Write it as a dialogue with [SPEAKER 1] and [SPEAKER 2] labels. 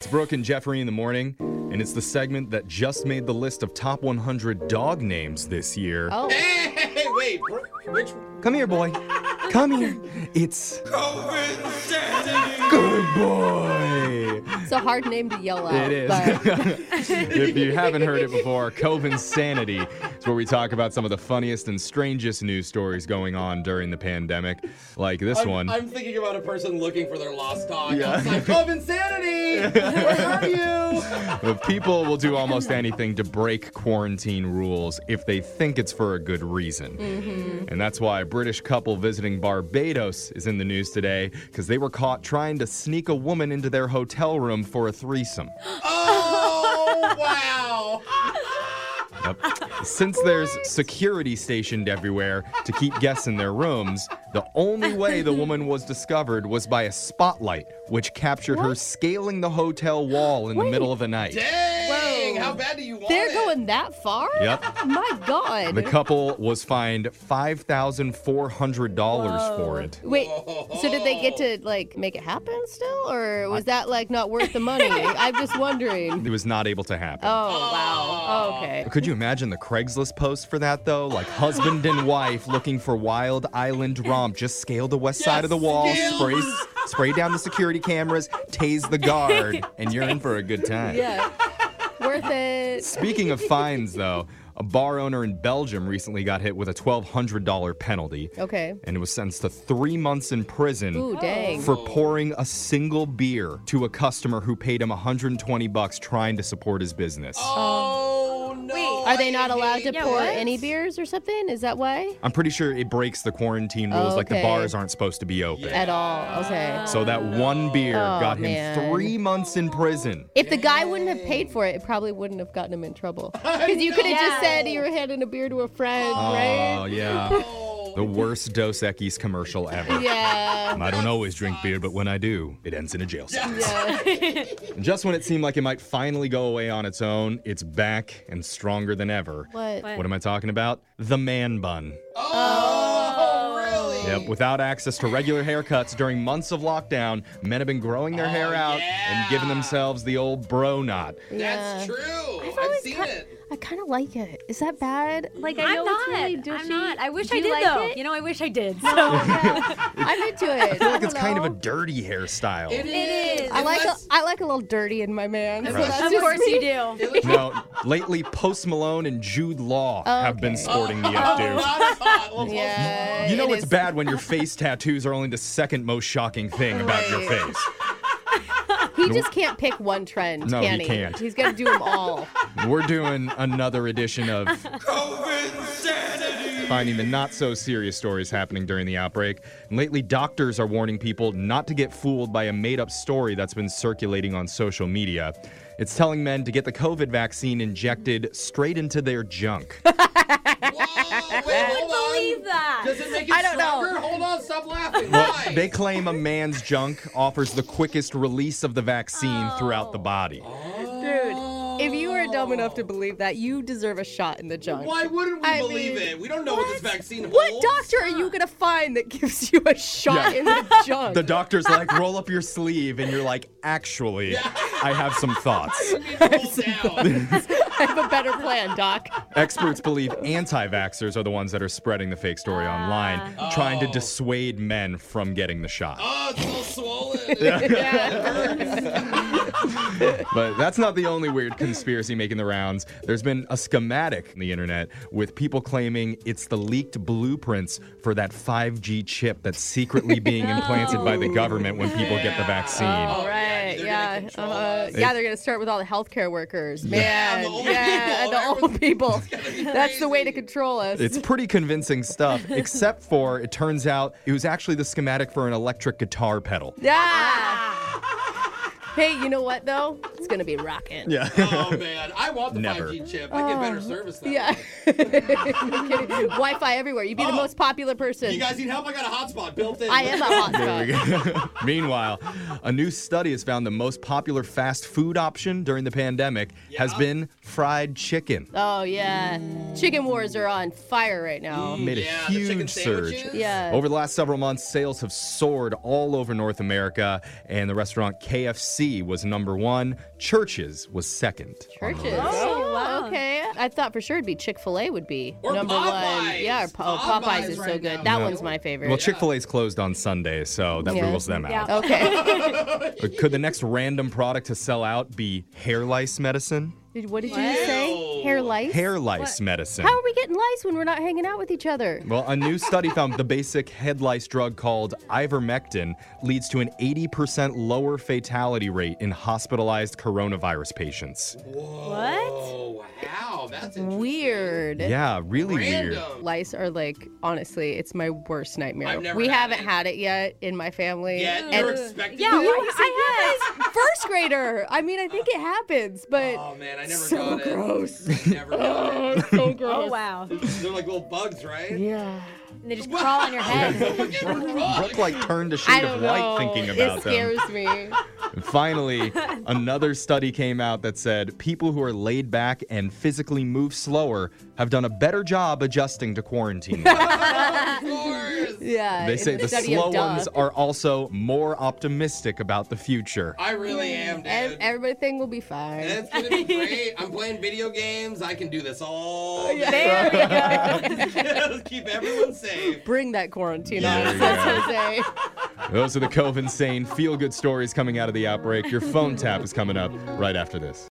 [SPEAKER 1] It's Brooke and Jeffrey in the morning, and it's the segment that just made the list of top 100 dog names this year.
[SPEAKER 2] Oh,
[SPEAKER 3] Hey, hey, hey, wait, bro, which
[SPEAKER 1] Come here, boy. Come here. It's
[SPEAKER 3] COVID
[SPEAKER 1] good boy.
[SPEAKER 2] it's a hard name to yell out.
[SPEAKER 1] It is.
[SPEAKER 2] but-
[SPEAKER 1] if you haven't heard it before, Cove Insanity is where we talk about some of the funniest and strangest news stories going on during the pandemic, like this
[SPEAKER 3] I'm,
[SPEAKER 1] one.
[SPEAKER 3] I'm thinking about a person looking for their lost dog.
[SPEAKER 1] Yeah.
[SPEAKER 3] It's like, of insanity! Where are you?
[SPEAKER 1] But people will do almost anything to break quarantine rules if they think it's for a good reason. And that's why a British couple visiting Barbados is in the news today because they were caught trying to sneak a woman into their hotel room for a threesome.
[SPEAKER 3] Oh, wow.
[SPEAKER 1] Yep. Since there's security stationed everywhere to keep guests in their rooms, the only way the woman was discovered was by a spotlight, which captured her scaling the hotel wall in the middle of the night.
[SPEAKER 3] Dang,
[SPEAKER 2] Whoa.
[SPEAKER 3] how bad do you want
[SPEAKER 2] They're
[SPEAKER 3] it?
[SPEAKER 2] going that far?
[SPEAKER 1] Yep.
[SPEAKER 2] My God.
[SPEAKER 1] The couple was fined five thousand four hundred dollars for it.
[SPEAKER 2] Wait, so did they get to like make it happen still, or was that like not worth the money? I'm just wondering.
[SPEAKER 1] It was not able to happen.
[SPEAKER 2] Oh wow. Okay.
[SPEAKER 1] Could you imagine the Craigslist post for that though? Like husband and wife looking for wild island romp, just scale the west side of the wall,
[SPEAKER 3] scale.
[SPEAKER 1] spray spray down the security cameras, tase the guard, and you're in for a good time.
[SPEAKER 2] Yeah. worth it.
[SPEAKER 1] Speaking of fines though, a bar owner in Belgium recently got hit with a $1200 penalty
[SPEAKER 2] Okay.
[SPEAKER 1] and was sentenced to 3 months in prison.
[SPEAKER 2] Oh. Ooh, dang.
[SPEAKER 1] for pouring a single beer to a customer who paid him 120 bucks trying to support his business.
[SPEAKER 3] Oh, no.
[SPEAKER 4] Wait.
[SPEAKER 2] Um, Are they not allowed to
[SPEAKER 4] Yeah,
[SPEAKER 2] pour
[SPEAKER 4] what?
[SPEAKER 2] any beers or something? Is that why?
[SPEAKER 1] I'm pretty sure it breaks the quarantine rules, like the
[SPEAKER 2] Okay.
[SPEAKER 1] bars aren't supposed to be open.
[SPEAKER 2] At all. Okay.
[SPEAKER 1] So that one beer
[SPEAKER 2] Oh,
[SPEAKER 1] got him
[SPEAKER 2] man.
[SPEAKER 1] three months in prison.
[SPEAKER 2] If the guy wouldn't have paid for it, it probably wouldn't have gotten him in trouble. Because you could have just said you were handing a beer to a friend,
[SPEAKER 1] Oh,
[SPEAKER 2] right?
[SPEAKER 1] yeah. The worst Dos Equis commercial ever.
[SPEAKER 2] Yeah.
[SPEAKER 1] I don't always drink beer, but when I do, it ends in a jail cell.
[SPEAKER 2] yeah.
[SPEAKER 1] And just when it seemed like it might finally go away on its own, it's back and stronger than ever.
[SPEAKER 2] What?
[SPEAKER 1] What am I talking about? The man bun.
[SPEAKER 3] Oh, really?
[SPEAKER 1] Yep, without access to regular haircuts during months of lockdown, men have been growing
[SPEAKER 2] Oh,
[SPEAKER 1] their hair out and
[SPEAKER 3] yeah.
[SPEAKER 1] giving themselves the old bro knot.
[SPEAKER 2] Yeah.
[SPEAKER 3] That's true. I've,
[SPEAKER 4] always
[SPEAKER 3] seen
[SPEAKER 4] cut-
[SPEAKER 3] it.
[SPEAKER 2] I kind of like it. Is that bad? Like I
[SPEAKER 4] I'm
[SPEAKER 2] know
[SPEAKER 4] not.
[SPEAKER 2] it's really douchey.
[SPEAKER 4] I'm not. I wish
[SPEAKER 2] Do
[SPEAKER 4] I
[SPEAKER 2] you
[SPEAKER 4] did
[SPEAKER 2] like
[SPEAKER 4] though.
[SPEAKER 2] It?
[SPEAKER 4] You know, I wish I did. So
[SPEAKER 2] I'm into it. I
[SPEAKER 1] I feel like
[SPEAKER 2] don't
[SPEAKER 1] it's kind of a
[SPEAKER 2] know.
[SPEAKER 1] dirty hairstyle.
[SPEAKER 3] It
[SPEAKER 4] It
[SPEAKER 3] is.
[SPEAKER 4] is.
[SPEAKER 2] I like a,
[SPEAKER 3] Unless-
[SPEAKER 2] I like a little dirty in my man. So
[SPEAKER 1] Right.
[SPEAKER 2] that's
[SPEAKER 4] of
[SPEAKER 2] just
[SPEAKER 4] course
[SPEAKER 2] me.
[SPEAKER 4] you do.
[SPEAKER 1] No, lately Post Malone and Jude Law have been
[SPEAKER 2] Okay.
[SPEAKER 1] sporting the
[SPEAKER 3] Oh,
[SPEAKER 1] updo.
[SPEAKER 3] not as hot. Well,
[SPEAKER 2] Yeah.
[SPEAKER 1] You know
[SPEAKER 2] it
[SPEAKER 1] it's
[SPEAKER 2] is.
[SPEAKER 1] bad when your face tattoos are only the second most shocking thing about your
[SPEAKER 2] Right.
[SPEAKER 1] face.
[SPEAKER 2] He just can't pick one trend.
[SPEAKER 1] No, he
[SPEAKER 2] can
[SPEAKER 1] can't.
[SPEAKER 2] He's got to do them all.
[SPEAKER 1] We're doing another edition of finding the not so serious stories happening during the outbreak. And lately, doctors are warning people not to get fooled by a made up story that's been circulating on social media. It's telling men to get the COVID vaccine injected straight into their junk.
[SPEAKER 3] Whoa, wait, hold on.
[SPEAKER 4] Believe that.
[SPEAKER 3] Does it make it
[SPEAKER 2] I don't know.
[SPEAKER 3] stronger? Hold on, stop laughing. Why?
[SPEAKER 1] well, they claim a man's junk offers the quickest release of the vaccine throughout the body.
[SPEAKER 2] Dude, if you are dumb enough to believe that, you deserve a shot in the junk.
[SPEAKER 3] Why wouldn't we
[SPEAKER 2] I
[SPEAKER 3] believe
[SPEAKER 2] mean,
[SPEAKER 3] it? We don't know what, this vaccine holds.
[SPEAKER 2] What doctor are you gonna find that gives you a shot
[SPEAKER 1] Yeah.
[SPEAKER 2] in the junk?
[SPEAKER 1] The doctor's like, roll up your sleeve, and you're like, actually, I have some thoughts.
[SPEAKER 3] Hold down.
[SPEAKER 2] I have a better plan, Doc.
[SPEAKER 1] Experts believe anti vaxxers are the ones that are spreading the fake story online, trying to dissuade men from getting the shot.
[SPEAKER 3] Oh, it's all swollen.
[SPEAKER 1] But that's not the only weird conspiracy making the rounds. There's been a schematic on the internet with people claiming it's the leaked blueprints for that 5G chip that's secretly being implanted by the government when people get the vaccine.
[SPEAKER 3] Oh.
[SPEAKER 2] All right.
[SPEAKER 3] they're gonna
[SPEAKER 2] Yeah.
[SPEAKER 3] control
[SPEAKER 2] Uh,
[SPEAKER 3] us.
[SPEAKER 2] yeah. They're gonna start with all the healthcare workers,
[SPEAKER 3] Yeah,
[SPEAKER 2] man.
[SPEAKER 3] and the old
[SPEAKER 2] Yeah.
[SPEAKER 3] people.
[SPEAKER 2] and the old people. That's the way to
[SPEAKER 3] crazy.
[SPEAKER 2] control us.
[SPEAKER 1] It's pretty convincing stuff, except for it turns out it was actually the schematic for an electric guitar pedal.
[SPEAKER 2] yeah. Hey, you know what though? it's gonna be rocking.
[SPEAKER 1] Yeah.
[SPEAKER 3] Oh man, I want the
[SPEAKER 1] Never.
[SPEAKER 3] 5G chip. I get better service than
[SPEAKER 2] Oh, Yeah. No kidding. Wi-Fi everywhere. You'd be the
[SPEAKER 3] Oh.
[SPEAKER 2] most popular person.
[SPEAKER 3] You guys need help? I got a hotspot built in.
[SPEAKER 2] I am a
[SPEAKER 1] There we
[SPEAKER 2] hotspot.
[SPEAKER 1] go. Meanwhile, a new study has found the most popular fast food option during the pandemic has
[SPEAKER 3] Yeah.
[SPEAKER 1] been fried chicken.
[SPEAKER 2] Oh yeah, chicken wars are on fire right now.
[SPEAKER 1] Made
[SPEAKER 3] Yeah,
[SPEAKER 1] a
[SPEAKER 3] the chicken
[SPEAKER 1] huge surge.
[SPEAKER 3] sandwiches.
[SPEAKER 2] Yeah.
[SPEAKER 1] Mm. Over the last several months, sales have soared all over North America, and the restaurant KFC was number one. Churches was second. on the
[SPEAKER 2] Churches.
[SPEAKER 1] list.
[SPEAKER 4] Oh, wow.
[SPEAKER 2] Okay. I thought for sure it'd be Chick Fil A would be
[SPEAKER 3] Or
[SPEAKER 2] number one.
[SPEAKER 3] Popeyes.
[SPEAKER 2] Yeah. Or, po- oh,
[SPEAKER 3] Popeyes
[SPEAKER 2] Popeyes, is so
[SPEAKER 3] right
[SPEAKER 2] good.
[SPEAKER 3] now.
[SPEAKER 2] That
[SPEAKER 1] Yeah.
[SPEAKER 2] one's my favorite.
[SPEAKER 1] Well, Chick fil A's closed on Sunday, so that
[SPEAKER 2] Yeah.
[SPEAKER 1] rules them out.
[SPEAKER 4] Yeah.
[SPEAKER 2] okay.
[SPEAKER 1] Could the next random product to sell out be hair lice medicine?
[SPEAKER 2] Did, what did you just say?
[SPEAKER 3] Wow.
[SPEAKER 2] Hair lice.
[SPEAKER 1] Hair lice medicine.
[SPEAKER 2] How are we getting lice when we're not hanging out with each other?
[SPEAKER 1] Well, a new study found the basic head lice drug called ivermectin leads to an 80% lower fatality rate in hospitalized coronavirus patients.
[SPEAKER 3] Whoa, wow, that's interesting.
[SPEAKER 2] Weird.
[SPEAKER 1] Yeah, really weird.
[SPEAKER 3] Random.
[SPEAKER 2] Lice are like honestly, it's my worst nightmare.
[SPEAKER 3] I've never
[SPEAKER 2] we
[SPEAKER 3] had
[SPEAKER 2] haven't
[SPEAKER 3] it.
[SPEAKER 2] had it yet in my family.
[SPEAKER 3] Yeah,
[SPEAKER 2] And-
[SPEAKER 3] you're expecting.
[SPEAKER 4] Yeah,
[SPEAKER 3] it.
[SPEAKER 4] why you say yes?
[SPEAKER 2] first grader. I mean, I think it happens, but
[SPEAKER 3] Oh man, I never
[SPEAKER 2] so
[SPEAKER 3] got it.
[SPEAKER 2] gross.
[SPEAKER 3] I Never got it.
[SPEAKER 2] so gross.
[SPEAKER 4] Oh wow. And
[SPEAKER 3] They're like little bugs, right?
[SPEAKER 2] Yeah.
[SPEAKER 4] they just crawl on your head.
[SPEAKER 1] Brooke like turned a
[SPEAKER 2] I
[SPEAKER 1] shade
[SPEAKER 2] don't
[SPEAKER 1] of
[SPEAKER 2] know.
[SPEAKER 1] white thinking about
[SPEAKER 2] it
[SPEAKER 1] them.
[SPEAKER 2] scares me.
[SPEAKER 1] And finally, another study came out that said people who are laid back and physically move slower have done a better job adjusting to quarantine. life.
[SPEAKER 3] Of course.
[SPEAKER 2] Yeah.
[SPEAKER 1] they
[SPEAKER 2] it's
[SPEAKER 1] say
[SPEAKER 2] a
[SPEAKER 1] the
[SPEAKER 2] study of
[SPEAKER 1] slow
[SPEAKER 2] duh.
[SPEAKER 1] ones are also more optimistic about the future.
[SPEAKER 3] I really am, dude.
[SPEAKER 2] Ev- everything will be fine.
[SPEAKER 3] That's gonna be great. I'm playing video games. I can do this all day.
[SPEAKER 4] there we go.
[SPEAKER 3] Just Keep everyone safe.
[SPEAKER 2] Bring that quarantine on
[SPEAKER 1] There
[SPEAKER 2] us,
[SPEAKER 1] you
[SPEAKER 2] says Jose.
[SPEAKER 1] Those are the Cove Insane feel good stories coming out of the outbreak. Your phone tap is coming up right after this.